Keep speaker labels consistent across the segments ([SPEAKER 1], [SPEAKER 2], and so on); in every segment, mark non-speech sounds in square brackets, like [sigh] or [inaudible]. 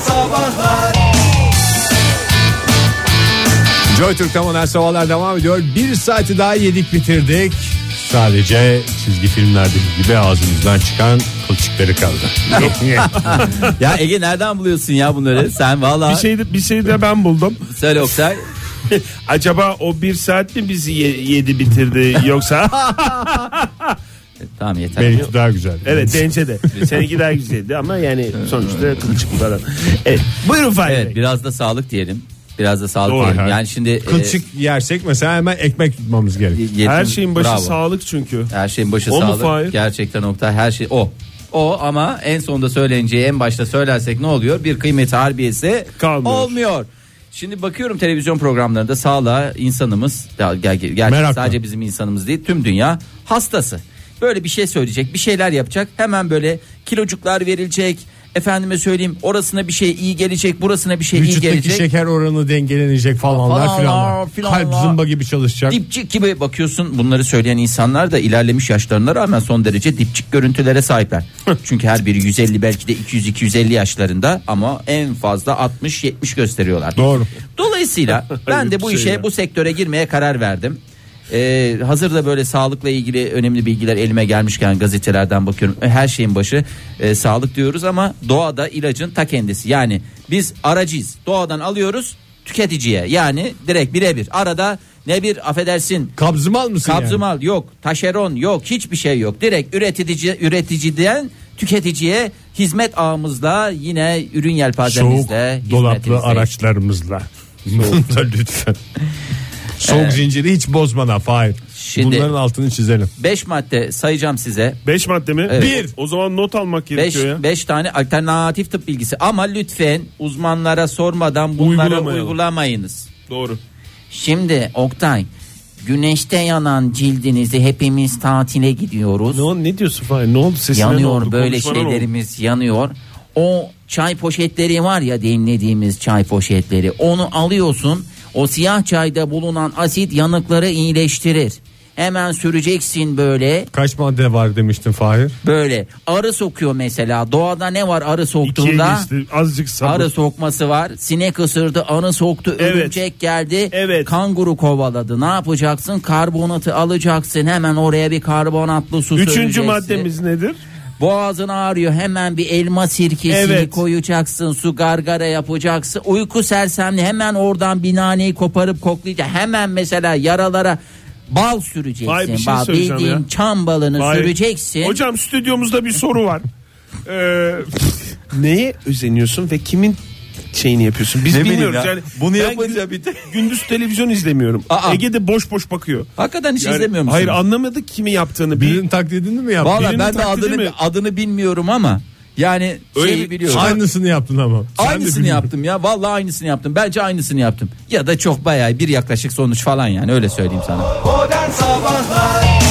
[SPEAKER 1] Sabahlar
[SPEAKER 2] Joy Türk'te modern sabahlar devam ediyor. Bir saati daha yedik bitirdik. Sadece çizgi filmlerdeki gibi ağzımızdan çıkan
[SPEAKER 3] [laughs]
[SPEAKER 2] kılçıkları kaldı.
[SPEAKER 3] Ya Ege nereden buluyorsun ya bunları? Sen valla
[SPEAKER 4] Bir şey de, bir şey de ben buldum.
[SPEAKER 3] söyle Oktay.
[SPEAKER 4] Acaba o bir saat mi bizi ye- yedi [laughs] bitirdi yoksa?
[SPEAKER 3] Tamam yeter.
[SPEAKER 2] Benimki daha güzel.
[SPEAKER 4] evet bence de. Seninki daha güzeldi ama yani sonuçta kılçık falan. Evet. Buyurun Fahir
[SPEAKER 3] Evet
[SPEAKER 4] Bey.
[SPEAKER 3] biraz da sağlık diyelim. Biraz da sağlık
[SPEAKER 4] Doğru,
[SPEAKER 3] diyelim.
[SPEAKER 4] evet.
[SPEAKER 3] Yani şimdi e,
[SPEAKER 2] Ee, Kılçık yersek mesela hemen ekmek tutmamız gerekiyor.
[SPEAKER 3] yedim.
[SPEAKER 4] Her şeyin başı
[SPEAKER 3] Bravo.
[SPEAKER 4] sağlık çünkü.
[SPEAKER 3] Her şeyin başı
[SPEAKER 4] O mu
[SPEAKER 3] sağlık.
[SPEAKER 4] Fahir?
[SPEAKER 3] Gerçekten Oktay her şey o. O ama en sonda söyleneceği en başta söylersek ne oluyor? Bir kıymet harbiyesi
[SPEAKER 4] Kalmıyor.
[SPEAKER 3] olmuyor. Şimdi bakıyorum televizyon programlarında sağlığa insanımız ya ger- ger- gerçi
[SPEAKER 2] Meraklı.
[SPEAKER 3] sadece bizim insanımız değil tüm dünya hastası. Böyle bir şey söyleyecek bir şeyler yapacak hemen böyle kilocuklar verilecek efendime söyleyeyim orasına bir şey iyi gelecek burasına bir şey iyi
[SPEAKER 2] Vücuttaki
[SPEAKER 3] gelecek.
[SPEAKER 2] şeker oranı dengelenecek falanlar
[SPEAKER 3] Falanlar,
[SPEAKER 2] filanlar.
[SPEAKER 3] filanlar.
[SPEAKER 2] Kalp zımba gibi çalışacak.
[SPEAKER 3] Dipçik gibi bakıyorsun bunları söyleyen insanlar da ilerlemiş yaşlarına rağmen son derece dipçik görüntülere sahipler. Çünkü her biri 150 belki de 200-250 yaşlarında ama en fazla 60-70 gösteriyorlar.
[SPEAKER 2] Doğru. [laughs]
[SPEAKER 3] Dolayısıyla ben de bu
[SPEAKER 4] Şey
[SPEAKER 3] işe
[SPEAKER 4] ya.
[SPEAKER 3] bu sektöre girmeye karar verdim. Ee, hazırda böyle sağlıkla ilgili önemli bilgiler elime gelmişken gazetelerden bakıyorum. Her şeyin başı e, sağlık diyoruz ama doğada ilacın ta kendisi. Yani biz aracıyız. Doğadan alıyoruz tüketiciye. Yani direkt birebir. Arada ne bir affedersin
[SPEAKER 2] Kabzımal mısın yani?
[SPEAKER 3] Kabzımal yok, taşeron yok, hiçbir şey yok. Direkt üretici üreticiden tüketiciye hizmet ağımızla yine ürün
[SPEAKER 2] Soğuk
[SPEAKER 3] yelpazemizle
[SPEAKER 2] dolaplı
[SPEAKER 3] hizmetimizle.
[SPEAKER 2] araçlarımızla.
[SPEAKER 3] [laughs]
[SPEAKER 2] Bunu da lütfen. Soğuk zinciri hiç bozmadan Fahir.
[SPEAKER 3] Şimdi-
[SPEAKER 2] Bunların altını çizelim.
[SPEAKER 3] 5 madde sayacağım size.
[SPEAKER 4] 5 madde mi?
[SPEAKER 3] Evet.
[SPEAKER 4] Bir. O zaman not almak
[SPEAKER 3] 5
[SPEAKER 4] gerekiyor ya.
[SPEAKER 3] tane alternatif tıp bilgisi ama lütfen uzmanlara sormadan bunları
[SPEAKER 4] Uygulamayalım.
[SPEAKER 3] uygulamayınız.
[SPEAKER 4] Doğru.
[SPEAKER 3] Şimdi Oktay güneşte yanan cildinizi hepimiz tatile gidiyoruz.
[SPEAKER 4] Ne, ne diyorsun Fahir? Ne oldu sesine ne
[SPEAKER 3] yanıyor
[SPEAKER 4] oldu?
[SPEAKER 3] böyle
[SPEAKER 4] Konuşmana ne oldu?
[SPEAKER 3] şeylerimiz yanıyor. O çay poşetleri var ya demlediğimiz çay poşetleri. Onu alıyorsun. O siyah çayda bulunan asit yanıkları iyileştirir. Hemen süreceksin böyle
[SPEAKER 2] Kaç madde var demiştin Fahir?
[SPEAKER 3] böyle. Arı sokuyor mesela. Doğada ne var arı
[SPEAKER 4] İkiye
[SPEAKER 3] soktuğunda?
[SPEAKER 4] geçti. Azıcık sabır.
[SPEAKER 3] Arı sokması var. Sinek ısırdı, arı soktu,
[SPEAKER 4] Evet.
[SPEAKER 3] örümcek geldi.
[SPEAKER 4] Evet.
[SPEAKER 3] Kanguru kovaladı. Ne yapacaksın? Karbonatı alacaksın. Hemen oraya bir karbonatlı su
[SPEAKER 4] Üçüncü
[SPEAKER 3] süreceksin.
[SPEAKER 4] maddemiz nedir?
[SPEAKER 3] Boğazın ağrıyor hemen bir elma sirkesini
[SPEAKER 4] Evet.
[SPEAKER 3] koyacaksın su gargara yapacaksın uyku sersemli hemen oradan bir naneyi koparıp koklayacaksın hemen mesela yaralara bal süreceksin
[SPEAKER 4] Vay, bir şey
[SPEAKER 3] Bal,
[SPEAKER 4] söyleyeceğim
[SPEAKER 3] bildiğin
[SPEAKER 4] ya.
[SPEAKER 3] çam balını
[SPEAKER 4] Vay.
[SPEAKER 3] süreceksin
[SPEAKER 4] Hocam stüdyomuzda bir soru var. Ee, neye özeniyorsun ve kimin şeyini yapıyorsun? Biz
[SPEAKER 3] Ne bileyim
[SPEAKER 4] bilmiyoruz
[SPEAKER 3] ya.
[SPEAKER 4] yani.
[SPEAKER 3] Bunu
[SPEAKER 4] Ben
[SPEAKER 3] yapınca
[SPEAKER 4] gü-
[SPEAKER 3] bir de- [laughs]
[SPEAKER 4] gündüz televizyon izlemiyorum.
[SPEAKER 3] Aa.
[SPEAKER 4] Ege'de boş boş bakıyor.
[SPEAKER 3] hakikaten hiç
[SPEAKER 4] Yani-
[SPEAKER 3] izlemiyor musun?
[SPEAKER 4] Hayır anlamadık kimi yaptığını. Bir,
[SPEAKER 2] Birinin taklidini mi yaptın?
[SPEAKER 3] Valla
[SPEAKER 4] birinin
[SPEAKER 3] ben de
[SPEAKER 4] taklidi
[SPEAKER 3] adını,
[SPEAKER 4] mi?
[SPEAKER 3] adını bilmiyorum ama yani
[SPEAKER 4] Öyle
[SPEAKER 3] şeyi
[SPEAKER 4] bir-
[SPEAKER 3] biliyorum.
[SPEAKER 2] Aynısını yaptın ama. Sen de
[SPEAKER 3] Aynısını
[SPEAKER 2] biliyorsun.
[SPEAKER 3] yaptım ya. Vallahi aynısını yaptım. Bence aynısını yaptım. Ya da çok bayağı bir yaklaşık sonuç falan yani öyle söyleyeyim sana.
[SPEAKER 1] Modern Sabahlar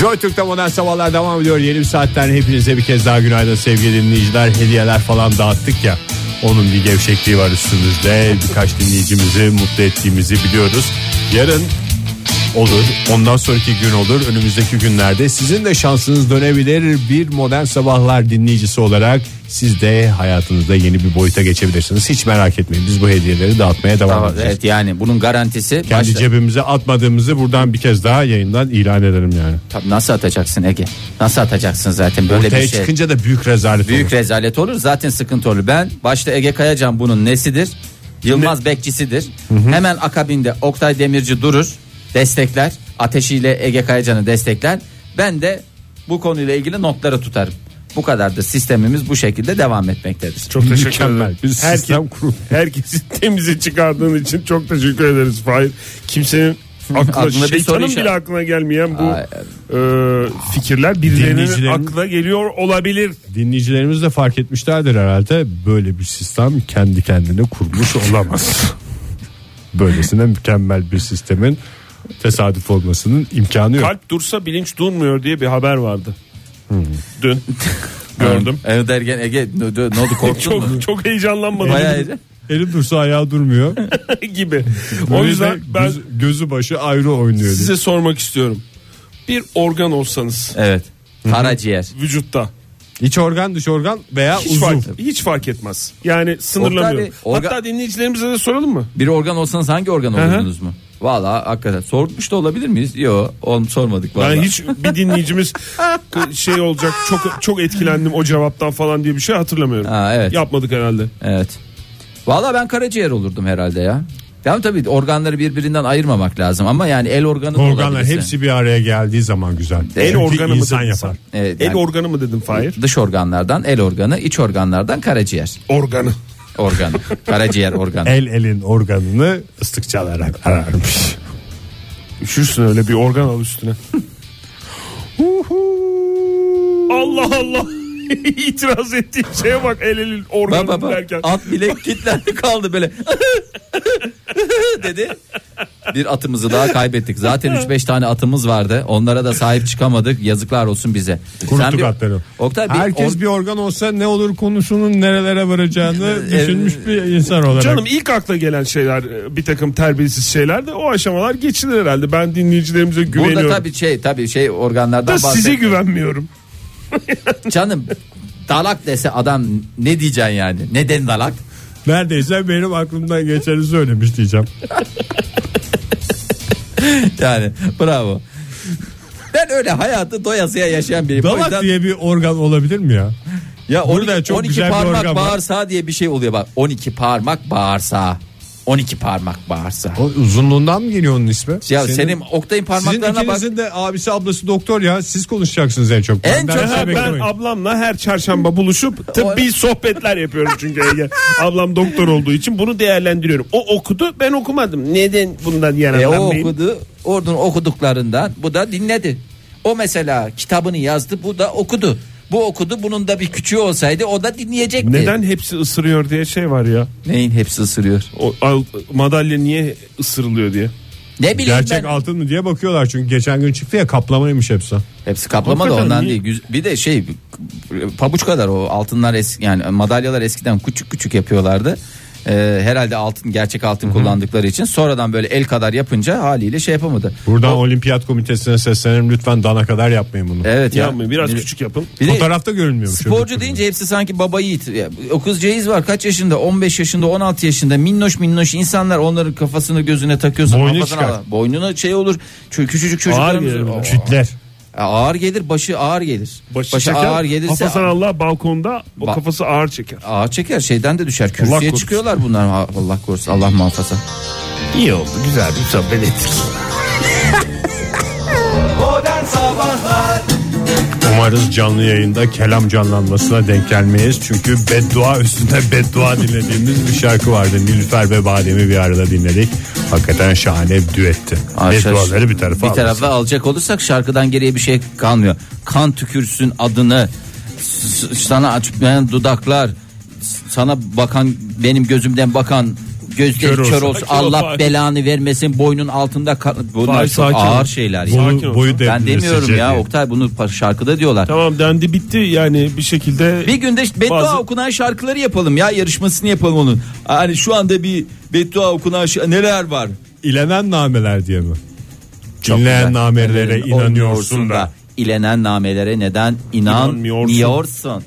[SPEAKER 2] Joy Türk'te modern sabahlar devam ediyor. Yeni bir saatten hepinize bir kez daha günaydın sevgili dinleyiciler. Hediyeler falan dağıttık ya. Onun bir gevşekliği var üstümüzde. Birkaç dinleyicimizi mutlu ettiğimizi biliyoruz. Yarın olur. Ondan sonraki gün olur. Önümüzdeki günlerde sizin de şansınız dönebilir. Bir modern sabahlar dinleyicisi olarak siz de hayatınızda yeni bir boyuta geçebilirsiniz. Hiç merak etmeyin. Biz bu hediyeleri dağıtmaya devam
[SPEAKER 3] Tamam,
[SPEAKER 2] edeceğiz.
[SPEAKER 3] evet yani bunun garantisi
[SPEAKER 2] Kendi
[SPEAKER 3] başta-
[SPEAKER 2] cebimize atmadığımızı buradan bir kez daha yayından ilan edelim yani.
[SPEAKER 3] Tabii nasıl atacaksın Ege? Nasıl atacaksın zaten böyle
[SPEAKER 2] Ortaya
[SPEAKER 3] bir şey?
[SPEAKER 2] çıkınca da büyük rezalet
[SPEAKER 3] Büyük
[SPEAKER 2] olur.
[SPEAKER 3] rezalet olur zaten sıkıntı olur. Ben başta Ege Kayacan bunun nesidir? Yılmaz Bekçisidir. Hemen akabinde Oktay Demirci durur, destekler. Ateşiyle Ege Kayacan'ı destekler. Ben de bu konuyla ilgili notları tutarım. Bu kadardır sistemimiz bu şekilde devam etmektedir.
[SPEAKER 4] çok teşekkür
[SPEAKER 2] Mükemmel.
[SPEAKER 4] ederim.
[SPEAKER 2] Bir sistem kurun.
[SPEAKER 4] herkesi [laughs] temize çıkardığın için çok teşekkür ederiz Fahir. Kimsenin aklına,
[SPEAKER 3] [laughs] Aklına bir soru
[SPEAKER 4] şeytanın
[SPEAKER 3] işareti.
[SPEAKER 4] bile aklına gelmeyen bu
[SPEAKER 3] Ay,
[SPEAKER 4] e, fikirler birilerinin
[SPEAKER 2] Dinleyicilerin-
[SPEAKER 4] aklına geliyor olabilir.
[SPEAKER 2] Dinleyicilerimiz de fark etmişlerdir herhalde. Böyle bir sistem kendi kendine kurmuş olamaz. Böylesine mükemmel bir sistemin tesadüf olmasının imkanı yok.
[SPEAKER 4] Kalp dursa bilinç durmuyor diye bir haber vardı. Dün gördüm.
[SPEAKER 3] Evet derken Ege ne ne oldu
[SPEAKER 4] [laughs]
[SPEAKER 3] korktun mu?
[SPEAKER 4] çok çok heyecanlanmadım
[SPEAKER 3] Bayağı
[SPEAKER 2] Eli dursa ayağı durmuyor.
[SPEAKER 4] [laughs] gibi. O
[SPEAKER 2] Böyle
[SPEAKER 4] yüzden
[SPEAKER 2] de
[SPEAKER 4] ben
[SPEAKER 2] göz- gözü başı ayrı oynuyor. diye.
[SPEAKER 4] size sormak istiyorum. Bir organ olsanız
[SPEAKER 3] evet. Karaciğer.
[SPEAKER 4] vücutta
[SPEAKER 2] İç organ dış organ veya
[SPEAKER 4] Hiç
[SPEAKER 2] uzun.
[SPEAKER 4] fark, hiç fark etmez. Yani sınırlamıyorum.
[SPEAKER 3] Oktay Bey, orga-
[SPEAKER 4] Hatta dinleyicilerimize de soralım mı?
[SPEAKER 3] Bir organ olsanız hangi organ
[SPEAKER 4] hı.
[SPEAKER 3] olurdunuz mu? Valla hakikaten sormuş da olabilir miyiz? Yok sormadık valla.
[SPEAKER 4] Yani hiç bir dinleyicimiz şey olacak çok çok etkilendim o cevaptan falan diye bir şey hatırlamıyorum.
[SPEAKER 3] Ha, evet.
[SPEAKER 4] Yapmadık herhalde.
[SPEAKER 3] Evet. Valla ben karaciğer olurdum herhalde ya. Yani tabii organları birbirinden ayırmamak lazım ama yani el organı da
[SPEAKER 2] Organlar
[SPEAKER 3] olabilirse.
[SPEAKER 2] hepsi bir araya geldiği zaman güzel.
[SPEAKER 4] El
[SPEAKER 2] Çünkü
[SPEAKER 4] organı mı
[SPEAKER 2] insan
[SPEAKER 4] dedin
[SPEAKER 2] yapar.
[SPEAKER 4] sen?
[SPEAKER 3] Evet,
[SPEAKER 4] El
[SPEAKER 3] yani-
[SPEAKER 4] organı mı dedim Fahir?
[SPEAKER 3] dış organlardan el organı, iç organlardan karaciğer
[SPEAKER 4] Organı.
[SPEAKER 2] [laughs]
[SPEAKER 3] organı. karaciğer organı.
[SPEAKER 2] El elin organını ıslık çalarak ararmış.
[SPEAKER 4] Üşürsün öyle bir organ al üstüne. Uhu. Allah Allah. [laughs] İtiraz ettiği şeye bak el elin organı
[SPEAKER 3] Bak bak bak.
[SPEAKER 4] derken.
[SPEAKER 3] At bile kilitlendi kaldı böyle. [laughs] dedi. Bir atımızı daha kaybettik. Zaten 3-5 tane atımız vardı. Onlara da sahip çıkamadık. Yazıklar olsun bize. Sen
[SPEAKER 2] Kuruttuk
[SPEAKER 3] bir-
[SPEAKER 2] atları.
[SPEAKER 3] Oktay bir
[SPEAKER 2] Herkes
[SPEAKER 3] or-
[SPEAKER 2] bir organ olsa ne olur konusunun nerelere varacağını düşünmüş bir insan olarak.
[SPEAKER 4] Canım ilk akla gelen şeyler e, bir takım terbiyesiz şeyler de o aşamalar geçilir herhalde. Ben dinleyicilerimize güveniyorum.
[SPEAKER 3] Burada tabii şey tabii şey organlardan
[SPEAKER 4] da size
[SPEAKER 3] bahsediyorum.
[SPEAKER 4] güvenmiyorum.
[SPEAKER 3] Canım dalak dese adam ne diyeceksin yani? Neden
[SPEAKER 2] [laughs]
[SPEAKER 3] dalak?
[SPEAKER 2] Neredeyse benim aklımdan geçeni söylemiş diyeceğim.
[SPEAKER 3] Yani bravo. Ben öyle hayatı doyasıya yaşayan biriyim. O
[SPEAKER 2] Dalak
[SPEAKER 3] yüzden-
[SPEAKER 2] diye bir organ olabilir mi ya?
[SPEAKER 3] Ya
[SPEAKER 2] Burada
[SPEAKER 3] 12,
[SPEAKER 2] çok
[SPEAKER 3] 12
[SPEAKER 2] güzel bir
[SPEAKER 3] parmak
[SPEAKER 2] organ var.
[SPEAKER 3] bağırsağı diye bir şey oluyor bak. 12 parmak bağırsağı. 12 parmak bağırsağı.
[SPEAKER 2] O uzunluğundan mı geliyor onun ismi?
[SPEAKER 3] Ya senin, Oktay'ın
[SPEAKER 2] sizin
[SPEAKER 3] parmaklarına bak.
[SPEAKER 2] ikinizin de abisi ablası doktor ya. Siz konuşacaksınız en çok.
[SPEAKER 3] En
[SPEAKER 2] Benden
[SPEAKER 3] çok-
[SPEAKER 2] bir şey
[SPEAKER 4] Ha, ben
[SPEAKER 2] beklemeyin.
[SPEAKER 4] ablamla her çarşamba buluşup tıbbi sohbetler yapıyorum çünkü
[SPEAKER 3] [laughs]
[SPEAKER 4] Ege. Ablam doktor olduğu için bunu değerlendiriyorum. O okudu ben okumadım. Neden bundan
[SPEAKER 3] E, o
[SPEAKER 4] yararlanmayayım?
[SPEAKER 3] okudu. Oradan okuduklarından bu da dinledi. O mesela kitabını yazdı bu da okudu. Bu okudu bunun da bir küçüğü olsaydı o da dinleyecekti.
[SPEAKER 4] Neden hepsi ısırıyor diye şey var ya.
[SPEAKER 3] Neyin hepsi ısırıyor.
[SPEAKER 4] O, al- madalya niye ısırılıyor diye.
[SPEAKER 3] Ne bileyim
[SPEAKER 2] Gerçek
[SPEAKER 3] ben.
[SPEAKER 2] altın mı diye bakıyorlar çünkü geçen gün çıktı ya kaplamaymış hepsi.
[SPEAKER 3] Hepsi kaplama da
[SPEAKER 4] Hakikaten
[SPEAKER 3] ondan
[SPEAKER 4] iyi.
[SPEAKER 3] değil. Güz- Bir de şey pabuç kadar o altınlar eski yani madalyalar eskiden küçük küçük yapıyorlardı. Ee, herhalde altın gerçek altın kullandıkları için sonradan böyle el kadar yapınca haliyle şey yapamadı.
[SPEAKER 2] Buradan olimpiyat komitesine seslenirim lütfen dana kadar yapmayın bunu.
[SPEAKER 3] Evet ya.
[SPEAKER 4] Yapmayın biraz
[SPEAKER 3] Bir-
[SPEAKER 4] küçük yapın.
[SPEAKER 3] bir de
[SPEAKER 2] Fotoğrafta görünmüyor mu?
[SPEAKER 3] sporcu deyince hepsi sanki baba yiğit. Ya, O kız Ceyiz var kaç yaşında? 15 yaşında, 16 yaşında. Minnoş minnoş insanlar onların kafasını gözüne takıyorsun.
[SPEAKER 2] Boynu
[SPEAKER 3] kafasına
[SPEAKER 2] çıkar.
[SPEAKER 3] al- Boynuna şey olur. Çünkü küçücük
[SPEAKER 4] Ağır
[SPEAKER 3] çocuklarımız.
[SPEAKER 4] gelir.
[SPEAKER 3] Aa,
[SPEAKER 2] Kütler.
[SPEAKER 3] Ağır gelir, başı ağır gelir. Başı,
[SPEAKER 4] çeker,
[SPEAKER 3] ağır gelirse
[SPEAKER 4] Hafasan Allah balkonda o
[SPEAKER 3] Ba-
[SPEAKER 4] kafası ağır çeker.
[SPEAKER 3] Ağa çeker şeyden de düşer.
[SPEAKER 4] Allah
[SPEAKER 3] Kürsüye
[SPEAKER 4] korusun.
[SPEAKER 3] çıkıyorlar bunlar. Ha- Allah korusun Allah muhafaza.
[SPEAKER 4] İyi oldu güzel bir sohbet ettik.
[SPEAKER 1] Modern Sabahlar
[SPEAKER 2] Umarız canlı yayında kelam canlanmasına denk gelmeyiz. Çünkü beddua üstüne beddua dinlediğimiz bir şarkı vardı. Nilüfer ve Badem'i bir arada dinledik. Hakikaten şahane bir düetti. Bedduaları bir tarafa
[SPEAKER 3] bir tarafa alacak olursak şarkıdan geriye bir şey kalmıyor. Kan tükürsün adını. s- s- Sana açmayan dudaklar. s- Sana bakan benim gözümden bakan gözleri
[SPEAKER 2] Kör
[SPEAKER 3] kör,
[SPEAKER 2] olsun.
[SPEAKER 3] olsun.
[SPEAKER 4] Kör
[SPEAKER 3] Allah
[SPEAKER 4] olsun.
[SPEAKER 3] belanı vermesin boynun altında kal- bunlar
[SPEAKER 4] Vay,
[SPEAKER 3] çok
[SPEAKER 4] sakin ol.
[SPEAKER 3] ağır şeyler. ya.
[SPEAKER 4] Sakin
[SPEAKER 2] Boyu,
[SPEAKER 4] ol.
[SPEAKER 2] boyu
[SPEAKER 3] Ben demiyorum ya Oktay bunu pa- şarkıda diyorlar.
[SPEAKER 4] Tamam dendi bitti yani bir şekilde.
[SPEAKER 3] Bir günde beddua
[SPEAKER 4] Bazı-
[SPEAKER 3] okunan şarkıları yapalım ya yarışmasını yapalım onun. Hani şu anda bir beddua okunan şa- neler var?
[SPEAKER 2] İlenen nameler diye mi?
[SPEAKER 3] Çok
[SPEAKER 2] İlenen
[SPEAKER 3] güzel.
[SPEAKER 2] namelere
[SPEAKER 3] Evet,
[SPEAKER 2] inanıyorsun da.
[SPEAKER 3] İlenen namelere neden
[SPEAKER 4] İnanmıyorsun.
[SPEAKER 3] inanmıyorsun?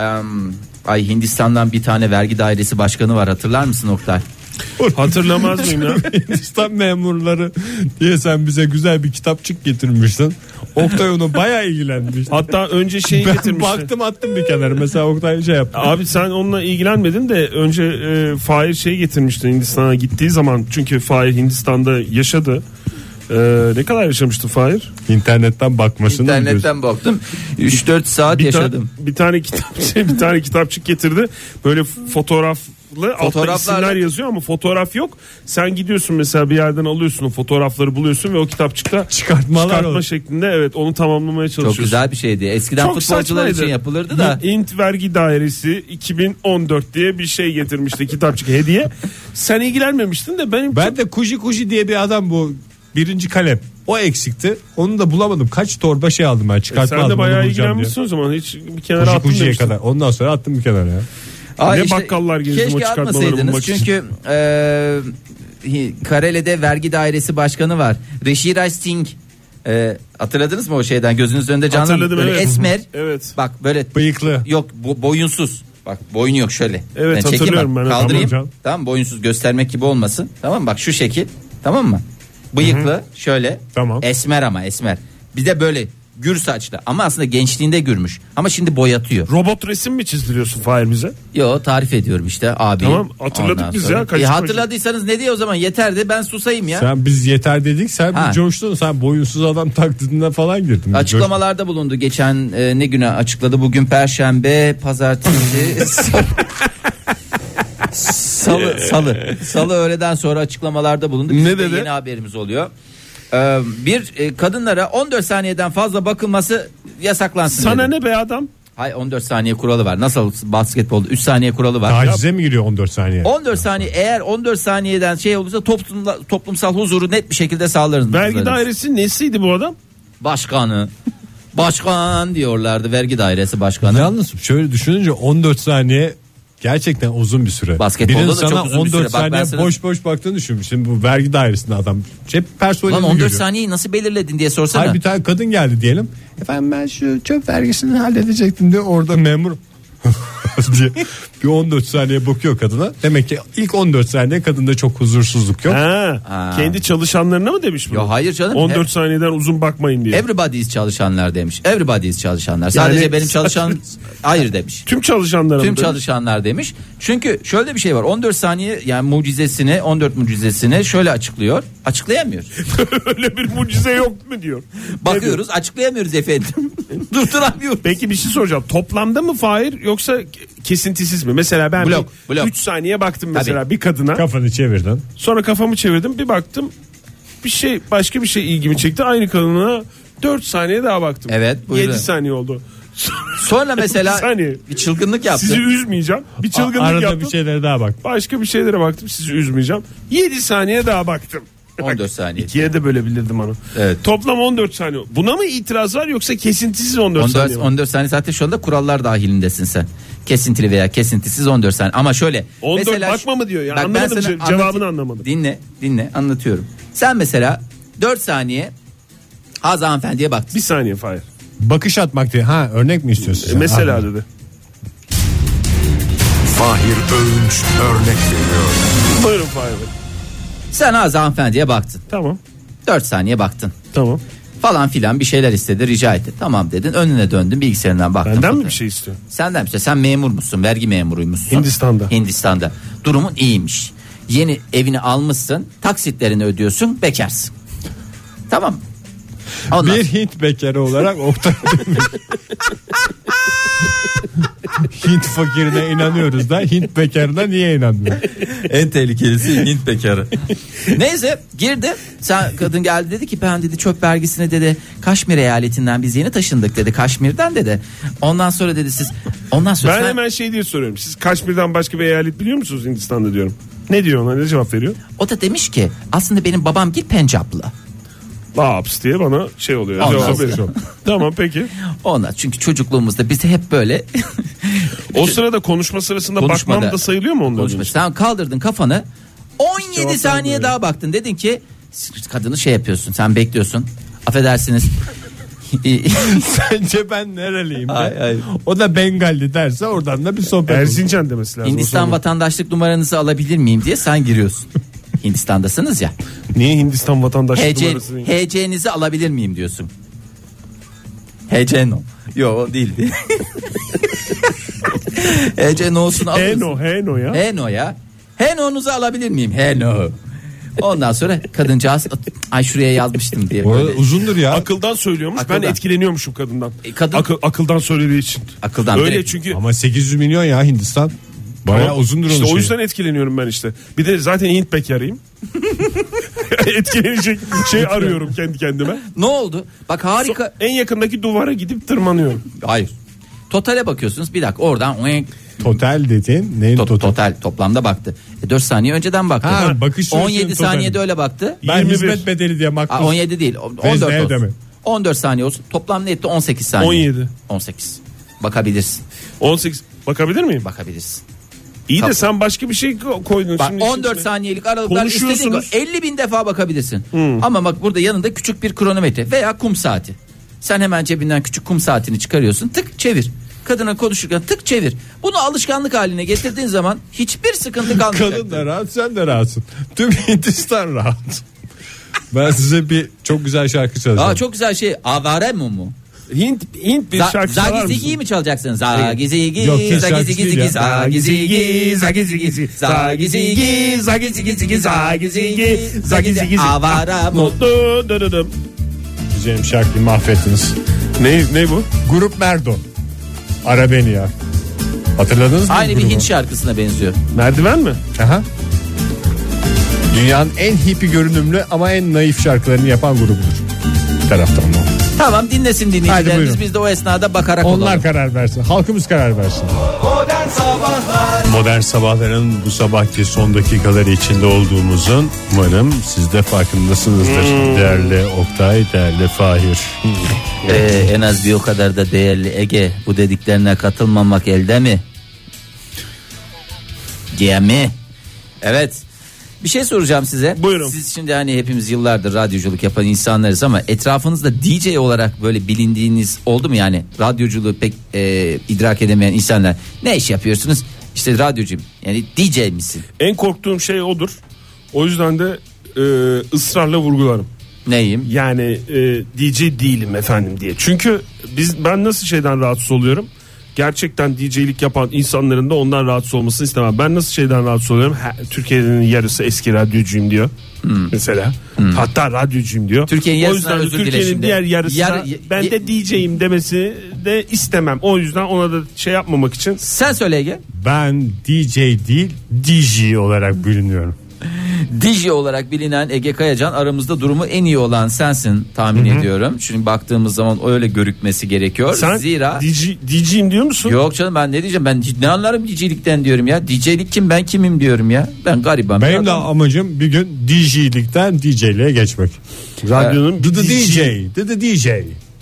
[SPEAKER 3] Em, ay Hindistan'dan bir tane vergi dairesi başkanı var hatırlar mısın Oktay?
[SPEAKER 4] [laughs] Hatırlamaz mıyım ya?
[SPEAKER 2] Hindistan memurları diye sen bize güzel bir kitapçık getirmiştin. Oktay onu bayağı ilgilenmiş.
[SPEAKER 4] Hatta önce şeyi
[SPEAKER 2] Ben
[SPEAKER 4] getirmişti.
[SPEAKER 2] baktım attım bir kenara. Mesela Oktay şey yaptı.
[SPEAKER 4] Abi sen onunla ilgilenmedin de önce e, Fahir şey getirmişti Hindistan'a gittiği zaman. Çünkü Fahir Hindistan'da yaşadı. E, ne kadar yaşamıştı Fahir?
[SPEAKER 2] İnternetten bakmasını mı diyorsun?
[SPEAKER 3] İnternetten baktım 3-4 saat
[SPEAKER 4] Bir, ta-
[SPEAKER 3] yaşadım.
[SPEAKER 4] bir tane kitapçı, [laughs] bir tane kitapçık getirdi. Böyle fotoğraflı altta
[SPEAKER 3] Fotoğraflarla-
[SPEAKER 4] isimler yazıyor ama fotoğraf yok. Sen gidiyorsun mesela bir yerden alıyorsun o fotoğrafları buluyorsun ve o kitapçıkta
[SPEAKER 2] Çıkartmalar
[SPEAKER 4] çıkartma
[SPEAKER 2] olur.
[SPEAKER 4] şeklinde evet onu tamamlamaya
[SPEAKER 3] Çok
[SPEAKER 4] çalışıyorsun.
[SPEAKER 3] güzel bir şeydi. Eskiden futbolcular
[SPEAKER 4] saçmaydı.
[SPEAKER 3] için yapılırdı da.
[SPEAKER 4] Hint vergi dairesi 2014 diye bir şey getirmişti kitapçık hediye. Sen ilgilenmemiştin de benim
[SPEAKER 2] Ben de Kuji Kuji diye bir adam bu birinci kalem. O eksikti. Onu da bulamadım. Kaç torba şey aldım ben çıkartma
[SPEAKER 4] E sen
[SPEAKER 2] aldım.
[SPEAKER 4] de
[SPEAKER 2] onu
[SPEAKER 4] bayağı
[SPEAKER 2] bulacağım
[SPEAKER 4] ilgilenmişsin o zaman hiç bir
[SPEAKER 2] diye.
[SPEAKER 4] kenara
[SPEAKER 2] Kuji
[SPEAKER 4] attın
[SPEAKER 2] Kuji'ye
[SPEAKER 4] demiştin.
[SPEAKER 2] kadar. Ondan sonra attım bir kenara ya.
[SPEAKER 3] Ay
[SPEAKER 4] Ne bakkallar gezdim
[SPEAKER 3] keşke
[SPEAKER 4] o çıkartmaları
[SPEAKER 3] atmasaydınız.
[SPEAKER 4] bulmak için.
[SPEAKER 3] Çünkü e, Hi- Karele'de vergi dairesi başkanı var. Rishiraj Singh. Ee, hatırladınız mı o şeyden gözünüzün önünde canlı
[SPEAKER 4] Hatırladım,
[SPEAKER 3] böyle
[SPEAKER 4] evet.
[SPEAKER 3] esmer.
[SPEAKER 4] [laughs] Evet.
[SPEAKER 3] Bak böyle
[SPEAKER 2] Bıyıklı.
[SPEAKER 3] yok bo- boyunsuz. Bak boyun yok şöyle.
[SPEAKER 4] Evet,
[SPEAKER 3] Ben çekeyim
[SPEAKER 4] hatırlıyorum
[SPEAKER 3] bak,
[SPEAKER 4] ben,
[SPEAKER 3] Kaldırayım.
[SPEAKER 4] tamam canım.
[SPEAKER 3] tamam boyunsuz göstermek gibi olmasın. Tamam mı? Bak şu şekil. Tamam mı? Bıyıklı şöyle.
[SPEAKER 2] Tamam.
[SPEAKER 3] Esmer ama esmer. Bir de böyle gür saçlı ama aslında gençliğinde gürmüş. Ama şimdi boyatıyor.
[SPEAKER 4] Robot resim mi çizdiriyorsun Fahir bize?
[SPEAKER 3] Yo tarif ediyorum işte abi.
[SPEAKER 4] Tamam, hatırladık
[SPEAKER 3] Ondan
[SPEAKER 4] biz
[SPEAKER 3] sonra-
[SPEAKER 4] ya, kaçtı
[SPEAKER 3] E,
[SPEAKER 4] hocam.
[SPEAKER 3] hatırladıysanız ne diye o zaman yeterdi ben susayım ya.
[SPEAKER 2] Sen biz yeter dedik sen
[SPEAKER 3] Ha.
[SPEAKER 2] bir coştun sen boyunsuz adam taklidine falan girdin. Bir
[SPEAKER 3] Açıklamalarda bulundu geçen e, ne güne açıkladı bugün perşembe
[SPEAKER 4] [laughs]
[SPEAKER 3] pazartesi Salı- salı salı salı öğleden sonra açıklamalarda bulundu. Bizim
[SPEAKER 4] Ee. Ne
[SPEAKER 3] de
[SPEAKER 4] dedi?
[SPEAKER 3] Yeni haberimiz oluyor. Ee, bir e, kadınlara 14 saniyeden fazla bakılması yasaklansın.
[SPEAKER 4] Sana
[SPEAKER 3] dedi.
[SPEAKER 4] ne be adam?
[SPEAKER 3] Hay 14 saniye kuralı var. Nasıl basketbolda 3 saniye kuralı var.
[SPEAKER 2] coştun. Tacize mi giriyor 14 saniye?
[SPEAKER 3] 14 saniye eğer 14 saniyeden şey olursa toplumla, toplumsal huzuru net bir şekilde sağlarız.
[SPEAKER 4] Vergi
[SPEAKER 3] Kızlarız.
[SPEAKER 4] dairesi nesiydi bu adam?
[SPEAKER 3] başkanı. Başkan diyorlardı vergi dairesi başkanı.
[SPEAKER 2] Yalnız şöyle düşününce 14 saniye gerçekten uzun bir süre.
[SPEAKER 3] Basketbolda
[SPEAKER 2] Birinin
[SPEAKER 3] da
[SPEAKER 2] sana
[SPEAKER 3] çok uzun bir
[SPEAKER 2] 14
[SPEAKER 3] süre. Bak ben
[SPEAKER 2] saniye
[SPEAKER 3] sana-
[SPEAKER 2] boş boş baktığını düşün. Şimdi bu vergi dairesinde adam hep personelini
[SPEAKER 3] Lan
[SPEAKER 2] görüyor.
[SPEAKER 3] 14 saniyeyi nasıl belirledin diye sorsana.
[SPEAKER 2] Hayır bir tane kadın geldi diyelim. Efendim ben şu çöp vergisini halledecektim diye orada memur [laughs] diye bir 14 saniye bakıyor kadına. Demek ki ilk 14 saniye kadında çok huzursuzluk yok.
[SPEAKER 4] Ha, Kendi çalışanlarına mı demiş bu?
[SPEAKER 3] Yo, hayır canım.
[SPEAKER 4] 14
[SPEAKER 3] He-
[SPEAKER 4] saniyeden uzun bakmayın diye.
[SPEAKER 3] Everybody's çalışanlar demiş. Everybody's çalışanlar. Sadece
[SPEAKER 4] Yani-
[SPEAKER 3] benim çalışan hayır demiş.
[SPEAKER 4] Tüm çalışanlara
[SPEAKER 3] Tüm
[SPEAKER 4] mı demiş? [laughs]
[SPEAKER 3] çalışanlar demiş. Çünkü şöyle bir şey var. 14 saniye yani mucizesini 14 mucizesini şöyle açıklıyor. Açıklayamıyor.
[SPEAKER 4] Öyle bir mucize yok mu diyor.
[SPEAKER 3] Bakıyoruz açıklayamıyoruz efendim. [laughs] Durduramıyoruz.
[SPEAKER 4] Peki bir şey soracağım. Toplamda mı Fahir yoksa kesintisiz mi? Mesela ben
[SPEAKER 3] Blok, blok.
[SPEAKER 4] 3 saniye baktım mesela bir kadına.
[SPEAKER 2] Kafanı çevirdin.
[SPEAKER 4] Sonra kafamı çevirdim bir baktım bir şey başka bir şey ilgimi çekti. Aynı kadına 4 saniye daha baktım.
[SPEAKER 3] Evet, buyurun.
[SPEAKER 4] 7 saniye oldu.
[SPEAKER 3] Sonra mesela
[SPEAKER 4] [laughs] Bir saniye.
[SPEAKER 3] bir çılgınlık yaptı.
[SPEAKER 4] Sizi üzmeyeceğim. Bir çılgınlık
[SPEAKER 2] Arada
[SPEAKER 4] yaptım.
[SPEAKER 2] bir şeylere daha bak.
[SPEAKER 4] Başka bir şeylere baktım sizi üzmeyeceğim. 7 saniye daha baktım.
[SPEAKER 3] 14 saniye.
[SPEAKER 4] İkiye de bölebilirdim onu.
[SPEAKER 3] Evet.
[SPEAKER 4] Toplam 14 saniye. Buna mı itiraz var yoksa kesintisiz 14,
[SPEAKER 3] 14,
[SPEAKER 4] saniye mi?
[SPEAKER 3] 14 saniye zaten şu anda kurallar dahilindesin sen. Kesintili veya kesintisiz 14 saniye. Ama şöyle.
[SPEAKER 4] 14
[SPEAKER 3] şu-
[SPEAKER 4] bakma mı diyor ya?
[SPEAKER 3] ben
[SPEAKER 4] Anlamadım
[SPEAKER 3] sana
[SPEAKER 4] ce- cevabını
[SPEAKER 3] anlatayım.
[SPEAKER 4] anlamadım.
[SPEAKER 3] Dinle dinle anlatıyorum. Sen mesela 4 saniye az hanımefendiye baktın.
[SPEAKER 4] Bir saniye Fahir.
[SPEAKER 2] Bakış atmak diye. Ha örnek mi istiyorsun?
[SPEAKER 4] E,
[SPEAKER 2] sen?
[SPEAKER 4] mesela
[SPEAKER 2] Ha.
[SPEAKER 4] dedi.
[SPEAKER 5] Fahir Öğünç örnek veriyor.
[SPEAKER 4] Buyurun Fahir Bey.
[SPEAKER 3] Sen az hanımefendiye baktın.
[SPEAKER 4] Tamam.
[SPEAKER 3] 4 saniye baktın.
[SPEAKER 4] Tamam.
[SPEAKER 3] Falan filan bir şeyler istedi rica etti. Tamam dedin önüne döndün bilgisayarından baktın.
[SPEAKER 4] Benden mi bir şey istiyor?
[SPEAKER 3] Senden bir şey. Sen memur musun? Vergi memuruymuşsun.
[SPEAKER 4] Hindistan'da.
[SPEAKER 3] Hindistan'da. Durumun iyiymiş. Yeni evini almışsın. Taksitlerini ödüyorsun. Bekarsın. Tamam. mı? Ondan
[SPEAKER 2] Bir Hint bekarı olarak Oktay
[SPEAKER 3] [laughs]
[SPEAKER 2] Demirci. Hint fakirine inanıyoruz da Hint bekarına niye
[SPEAKER 3] [laughs]
[SPEAKER 2] inanmıyor?
[SPEAKER 3] en tehlikelisi Hint bekarı. [laughs] Neyse girdi. Sen kadın geldi dedi ki ben dedi çöp vergisini dedi Kaşmir eyaletinden biz yeni taşındık dedi Kaşmir'den dedi. Ondan sonra dedi siz ondan sonra
[SPEAKER 4] Ben
[SPEAKER 3] sen-
[SPEAKER 4] hemen şey diye soruyorum. Siz Kaşmir'den başka bir eyalet biliyor musunuz Hindistan'da diyorum. Ne diyor ona ne cevap veriyor?
[SPEAKER 3] o da demiş ki aslında benim babam gil Pencaplı.
[SPEAKER 4] Laps diye bana şey oluyor.
[SPEAKER 3] Ondan
[SPEAKER 4] cevap
[SPEAKER 3] sonra.
[SPEAKER 4] veriyor. tamam peki.
[SPEAKER 3] Onlar çünkü çocukluğumuzda biz hep böyle [laughs]
[SPEAKER 4] O sırada konuşma sırasında
[SPEAKER 3] Konuşmada-
[SPEAKER 4] bakmam da sayılıyor mu ondan
[SPEAKER 3] Konuşma.
[SPEAKER 4] önce?
[SPEAKER 3] Sen kaldırdın kafanı. 17
[SPEAKER 4] Cevap
[SPEAKER 3] saniye
[SPEAKER 4] vermiyor.
[SPEAKER 3] daha baktın. Dedin ki kadını şey yapıyorsun. Sen bekliyorsun.
[SPEAKER 4] [laughs]
[SPEAKER 3] Affedersiniz.
[SPEAKER 2] Sence ben nereliyim? be?
[SPEAKER 3] Ay, ay.
[SPEAKER 2] O da Bengalli derse oradan da bir sohbet olur.
[SPEAKER 4] Erzincan demesi lazım. o
[SPEAKER 3] Hindistan
[SPEAKER 4] sırada.
[SPEAKER 3] vatandaşlık numaranızı alabilir miyim diye sen giriyorsun. Hindistan'dasınız ya.
[SPEAKER 4] Niye Hindistan vatandaşlık
[SPEAKER 3] HC,
[SPEAKER 4] numarası değil?
[SPEAKER 3] HC'nizi alabilir miyim diyorsun. HC no. Yo o değildi. [laughs] HC no'sunu alıyorsun.
[SPEAKER 4] Heno Heno ya.
[SPEAKER 3] Heno ya. Heno'nuzu alabilir miyim? Heno. Ondan sonra kadıncağız ay şuraya yazmıştım diye.
[SPEAKER 2] Bu arada
[SPEAKER 3] böyle.
[SPEAKER 2] uzundur ya.
[SPEAKER 4] Akıldan söylüyormuş.
[SPEAKER 3] Akıldan.
[SPEAKER 4] Ben etkileniyormuşum kadından.
[SPEAKER 3] E, kadın-
[SPEAKER 4] Akı- akıldan söylediği için.
[SPEAKER 3] Akıldan,
[SPEAKER 4] Öyle
[SPEAKER 3] direkt.
[SPEAKER 4] çünkü
[SPEAKER 2] Ama 800 milyon ya Hindistan. Bayağı
[SPEAKER 4] Tamam.
[SPEAKER 2] uzundur
[SPEAKER 4] İşte
[SPEAKER 2] onun
[SPEAKER 4] o
[SPEAKER 2] şeyi.
[SPEAKER 4] yüzden etkileniyorum ben işte. Bir de zaten Hint bekarıyım. Etkilenecek şey arıyorum kendi kendime.
[SPEAKER 3] Ne oldu? Bak harika.
[SPEAKER 4] En yakındaki duvara gidip tırmanıyorum.
[SPEAKER 3] Hayır. Totale bakıyorsunuz. Bir dakika oradan oink,
[SPEAKER 2] Total dediğin neyin
[SPEAKER 3] to-
[SPEAKER 2] total?
[SPEAKER 3] total toplamda baktı. 4 saniye önceden baktı.
[SPEAKER 2] Ha, bakış süresinin
[SPEAKER 3] 17
[SPEAKER 2] totali.
[SPEAKER 3] saniyede öyle baktı.
[SPEAKER 2] Ben
[SPEAKER 4] 21.
[SPEAKER 2] hizmet bedeli diye
[SPEAKER 3] Ha,
[SPEAKER 2] makbuz.
[SPEAKER 3] 17 değil. o-
[SPEAKER 2] Bez
[SPEAKER 3] 14
[SPEAKER 2] ne
[SPEAKER 3] olsun.
[SPEAKER 2] demek?
[SPEAKER 3] 14 saniye olsun. Toplam ne etti? 18 saniye.
[SPEAKER 4] 17.
[SPEAKER 3] 18. Bakabilirsin.
[SPEAKER 4] 18 bakabilir miyim?
[SPEAKER 3] Bakabilirsin.
[SPEAKER 4] İyi de
[SPEAKER 3] Tabii.
[SPEAKER 4] sen başka bir şey ko- koydun.
[SPEAKER 3] Bak
[SPEAKER 4] şimdi işin
[SPEAKER 3] 14
[SPEAKER 4] içine.
[SPEAKER 3] saniyelik aralıklar
[SPEAKER 4] Konuşuyorsunuz.
[SPEAKER 3] istediğin kadar- 50 bin defa bakabilirsin. Ama bak burada yanında küçük bir kronometre veya kum saati. Sen hemen cebinden küçük kum saatini çıkarıyorsun tık çevir. Kadına konuşurken tık çevir. Bunu alışkanlık haline getirdiğin zaman hiçbir [laughs] sıkıntı
[SPEAKER 2] Kadın da
[SPEAKER 3] kalmayacak.
[SPEAKER 2] rahat sen de rahatsın. Tüm
[SPEAKER 3] [laughs]
[SPEAKER 2] Hindistan rahat. Ben size bir çok güzel şarkı çalacağım.
[SPEAKER 3] Aa çok güzel şey. Avare mu mu?
[SPEAKER 6] Hint Hint bir
[SPEAKER 3] Za-
[SPEAKER 6] şarkı çalar
[SPEAKER 3] Zagi
[SPEAKER 6] mısın?
[SPEAKER 3] zigi'yi mi çalacaksın? Zagi zigi,
[SPEAKER 2] Yok, Hint
[SPEAKER 3] zagi
[SPEAKER 2] şarkısı
[SPEAKER 3] zigi
[SPEAKER 2] değil
[SPEAKER 3] zigi,
[SPEAKER 2] ya.
[SPEAKER 3] zagi zigi, zagi zigi, zagi zigi, zagi zigi, zagi zigi, zagi zigi, avara mu?
[SPEAKER 4] Dı dı dı dı.
[SPEAKER 2] Diyeceğim şarkıyı mahvettiniz.
[SPEAKER 4] Ne, ne bu?
[SPEAKER 2] Grup Merdo. Ara beni ya. Hatırladınız mı?
[SPEAKER 3] Aynı bir
[SPEAKER 2] grubu?
[SPEAKER 3] Hint şarkısına benziyor.
[SPEAKER 4] Merdiven mi?
[SPEAKER 2] Aha. Dünyanın en hippi görünümlü ama en naif şarkılarını yapan grubudur. Bir taraftan da.
[SPEAKER 3] Tamam dinlesin
[SPEAKER 2] Haydi
[SPEAKER 3] dinleyicilerimiz
[SPEAKER 2] buyurun.
[SPEAKER 3] biz de o esnada bakarak
[SPEAKER 2] Onlar
[SPEAKER 3] olalım.
[SPEAKER 2] karar versin. Halkımız karar versin.
[SPEAKER 1] Modern Sabahlar
[SPEAKER 2] Modern sabahların bu sabahki son dakikaları içinde olduğumuzun umarım siz de farkındasınızdır. Değerli Oktay, değerli Fahir.
[SPEAKER 3] Ee, en az bir o kadar da değerli Ege bu dediklerine katılmamak elde mi? Diye mi? Evet. Bir şey soracağım size.
[SPEAKER 4] Buyurun.
[SPEAKER 3] Siz şimdi hani hepimiz yıllardır radyoculuk yapan insanlarız ama etrafınızda DJ olarak böyle bilindiğiniz oldu mu yani? Radyoculuğu pek e, idrak edemeyen insanlar. Ne iş yapıyorsunuz? İşte radyocuyum. Yani DJ misin?
[SPEAKER 4] En korktuğum şey odur. O yüzden de e, ısrarla vurgularım.
[SPEAKER 3] Neyim?
[SPEAKER 4] Yani e, DJ değilim efendim diye. Çünkü biz ben nasıl şeyden rahatsız oluyorum? Gerçekten DJ'lik yapan insanların da ondan rahatsız olmasını istemem. Ben nasıl şeyden rahatsız oluyorum? Ha, Türkiye'nin yarısı eski radyocuyum diyor. Mesela. Hatta radyocuyum diyor.
[SPEAKER 3] Hmm. Türkiye'nin
[SPEAKER 4] o
[SPEAKER 3] yarısından
[SPEAKER 4] yüzden de
[SPEAKER 3] özür dile
[SPEAKER 4] Türkiye'nin
[SPEAKER 3] şimdi.
[SPEAKER 4] diğer yarısı
[SPEAKER 3] Yar-
[SPEAKER 4] ben de DJ'im demesi de istemem. O yüzden ona da şey yapmamak için
[SPEAKER 3] Sen söyle Ege.
[SPEAKER 2] Ben DJ değil, DJ olarak biliniyorum.
[SPEAKER 3] DJ olarak bilinen Ege Kayacan aramızda durumu en iyi olan sensin tahmin ediyorum. Çünkü baktığımız zaman öyle görükmesi gerekiyor.
[SPEAKER 4] sen
[SPEAKER 3] Zira
[SPEAKER 4] DJ, DJ'im diyor musun?
[SPEAKER 3] Yok canım ben ne diyeceğim ben ne anlarım DJ'likten diyorum ya. DJ'lik kim ben kimim diyorum ya. Ben gariban. bir
[SPEAKER 2] Benim de
[SPEAKER 3] adamım.
[SPEAKER 2] amacım bir gün DJ'likten DJ'liğe geçmek.
[SPEAKER 4] Radyonun
[SPEAKER 2] Dı dı
[SPEAKER 4] DJ.
[SPEAKER 2] DJ, dı dı DJ.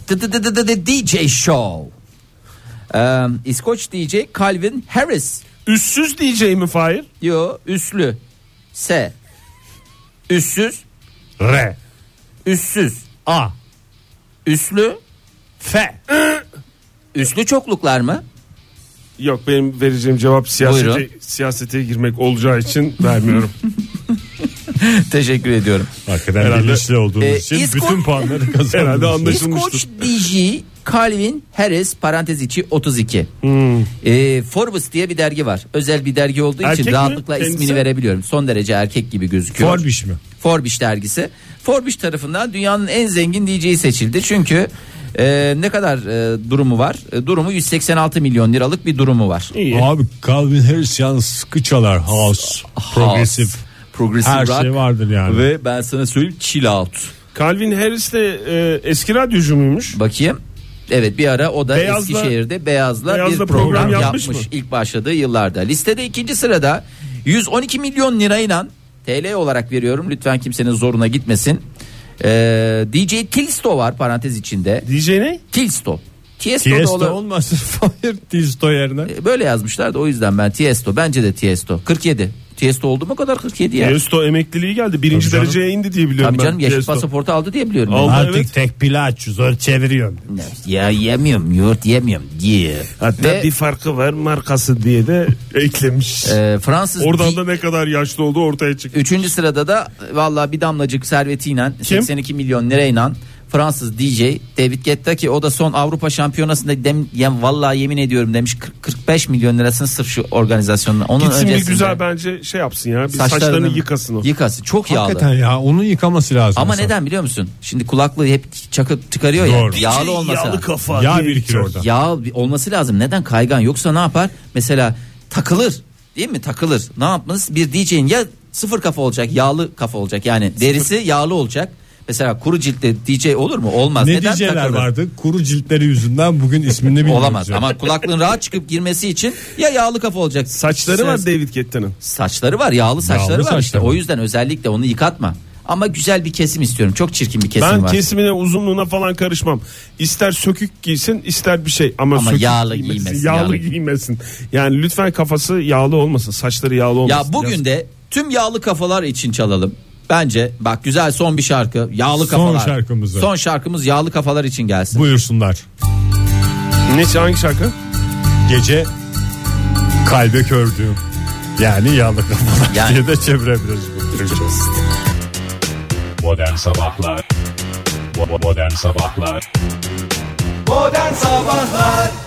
[SPEAKER 3] Dı dı dı dı dı dı DJ show. Ee, İskoç DJ Calvin Harris.
[SPEAKER 4] Üssüz DJ mi Fahir?
[SPEAKER 3] Yo üslü. S. Üssüz.
[SPEAKER 2] R,
[SPEAKER 3] Üssüz.
[SPEAKER 2] A,
[SPEAKER 3] Üslü.
[SPEAKER 2] F.
[SPEAKER 3] Üslü çokluklar mı?
[SPEAKER 4] Yok benim vereceğim cevap
[SPEAKER 3] Buyurun.
[SPEAKER 4] siyasete, siyasete girmek olacağı için vermiyorum.
[SPEAKER 3] Teşekkür ediyorum.
[SPEAKER 2] Hakikaten bilinçli olduğunuz
[SPEAKER 3] Ee,
[SPEAKER 2] için
[SPEAKER 3] İsko-
[SPEAKER 2] bütün puanları kazandınız.
[SPEAKER 4] Herhalde anlaşıldı. Açılmıştır.
[SPEAKER 3] İskoç DJ Calvin Harris parantez içi 32.
[SPEAKER 2] Hmm.
[SPEAKER 3] Ee, Forbes diye bir dergi var. Özel bir dergi olduğu
[SPEAKER 4] Erkek
[SPEAKER 3] için
[SPEAKER 4] mi?
[SPEAKER 3] rahatlıkla
[SPEAKER 4] Kendisi?
[SPEAKER 3] ismini verebiliyorum. Son derece erkek gibi gözüküyor.
[SPEAKER 2] Forbiş mi?
[SPEAKER 3] Forbiş dergisi. Forbiş tarafından dünyanın en zengin DJ'yi seçildi. Çünkü e, ne kadar e, durumu var? E, durumu 186 milyon liralık bir durumu var.
[SPEAKER 4] İyi.
[SPEAKER 2] Abi Calvin Harris yalnız sıkı çalar. House, progresif.
[SPEAKER 3] Progressive
[SPEAKER 2] Her
[SPEAKER 3] rock
[SPEAKER 2] şey vardır yani.
[SPEAKER 3] ve ben sana söyleyeyim chill out.
[SPEAKER 4] [laughs] Calvin Harris de e, eski radyocu muymuş?
[SPEAKER 3] Bakayım. Evet bir ara o da
[SPEAKER 4] Beyaz'la-
[SPEAKER 3] Eskişehir'de Beyaz'la,
[SPEAKER 4] Beyaz'la
[SPEAKER 3] bir program,
[SPEAKER 4] program
[SPEAKER 3] yapmış,
[SPEAKER 4] yapmış mı?
[SPEAKER 3] ilk başladığı yıllarda. Listede ikinci sırada 112 milyon lirayla TL olarak veriyorum. Lütfen kimsenin zoruna gitmesin. Ee, DJ Tilsto var parantez içinde.
[SPEAKER 4] DJ ne?
[SPEAKER 3] Tilsto. Tiesto, da
[SPEAKER 2] Tiesto
[SPEAKER 3] ola-
[SPEAKER 2] olmaz. Fahir Tiesto yerine.
[SPEAKER 3] Ee, Böyle yazmışlar da o yüzden ben Tiesto. Bence de Tiesto. 47. Tiesto oldu mu kadar 47 ya.
[SPEAKER 4] Tiesto emekliliği geldi. Birinci
[SPEAKER 2] Tabii canım.
[SPEAKER 4] dereceye indi diye biliyorum
[SPEAKER 3] Tabii
[SPEAKER 4] ben.
[SPEAKER 3] canım yeşil
[SPEAKER 4] Tiesto.
[SPEAKER 3] pasaportu aldı diye biliyorum. ben.
[SPEAKER 4] Aldı.
[SPEAKER 2] Artık
[SPEAKER 4] Evet.
[SPEAKER 2] tek pilaç zor çeviriyorum.
[SPEAKER 3] Ya yemiyorum yoğurt yemiyorum diye.
[SPEAKER 4] Hatta
[SPEAKER 3] Ve,
[SPEAKER 4] bir farkı var markası diye de [laughs] eklemiş.
[SPEAKER 3] e, Fransız
[SPEAKER 4] Oradan da ne kadar yaşlı olduğu ortaya çıktı.
[SPEAKER 3] Üçüncü sırada da vallahi bir damlacık servetiyle 82 milyon lirayla Fransız DJ David Guetta ki o da son Avrupa Şampiyonası'nda dem, ya vallahi yemin ediyorum demiş 40 45 milyon lirasını sırf şu organizasyonuna. Onun
[SPEAKER 4] Gitsin bir
[SPEAKER 3] öncesinde
[SPEAKER 4] güzel bence şey yapsın ya. Bir saçlarını, yıkasın o.
[SPEAKER 3] Yıkasın çok
[SPEAKER 2] Hakikaten
[SPEAKER 3] yağlı.
[SPEAKER 2] ya onun yıkaması lazım.
[SPEAKER 3] Ama
[SPEAKER 2] insan.
[SPEAKER 3] neden biliyor musun? Şimdi kulaklığı hep çakıp çıkarıyor
[SPEAKER 2] Doğru.
[SPEAKER 3] ya. Yağlı olmasa.
[SPEAKER 4] Yağlı kafa.
[SPEAKER 2] Yağ
[SPEAKER 4] diye
[SPEAKER 2] birikir
[SPEAKER 4] geçer.
[SPEAKER 2] orada.
[SPEAKER 3] Yağ olması lazım. Neden kaygan? Yoksa ne yapar? Mesela takılır. Değil mi? Takılır. Ne yapmanız? Bir DJ'in ya sıfır kafa olacak, yağlı kafa olacak. Yani derisi yağlı olacak. Mesela kuru ciltte DJ olur mu? Olmaz.
[SPEAKER 2] Ne
[SPEAKER 3] Neden
[SPEAKER 2] DJ'ler
[SPEAKER 3] takılır?
[SPEAKER 2] vardı? Kuru ciltleri yüzünden bugün ismini bilmiyoruz.
[SPEAKER 3] Olamaz.
[SPEAKER 2] ya.
[SPEAKER 3] Ama kulaklığın rahat çıkıp girmesi için ya yağlı kafa olacak.
[SPEAKER 4] Saçları
[SPEAKER 3] Sen-
[SPEAKER 4] var David Guetta'nın.
[SPEAKER 3] Saçları var, yağlı saçları var
[SPEAKER 2] saçları
[SPEAKER 3] işte.
[SPEAKER 2] var.
[SPEAKER 3] O yüzden özellikle onu yıkatma. Ama güzel bir kesim istiyorum. Çok çirkin bir kesim
[SPEAKER 4] Ben
[SPEAKER 3] var.
[SPEAKER 4] kesimine uzunluğuna falan karışmam. İster sökük giysin ister bir şey ama,
[SPEAKER 3] Ama
[SPEAKER 4] sökük
[SPEAKER 3] yağlı
[SPEAKER 4] giymesin,
[SPEAKER 3] giymesin,
[SPEAKER 4] Yağlı,
[SPEAKER 3] yağlı.
[SPEAKER 4] giymesin. Yani lütfen kafası yağlı olmasın. Saçları yağlı
[SPEAKER 3] Ya
[SPEAKER 4] olmasın.
[SPEAKER 3] bugün
[SPEAKER 4] Biraz-
[SPEAKER 3] de tüm yağlı kafalar için çalalım. Bence bak güzel son bir şarkı. Yağlı
[SPEAKER 2] Son
[SPEAKER 3] kafalar.
[SPEAKER 2] şarkımız var.
[SPEAKER 3] Son şarkımız yağlı kafalar için gelsin.
[SPEAKER 2] Buyursunlar.
[SPEAKER 4] ne hangi şarkı?
[SPEAKER 2] Gece kalbe kördüğüm. Yani yağlı kafalar
[SPEAKER 3] Yani.
[SPEAKER 2] diye de çevirebiliriz bu Türkçe. Modern Sabahlar Modern Sabahlar
[SPEAKER 1] Modern Sabahlar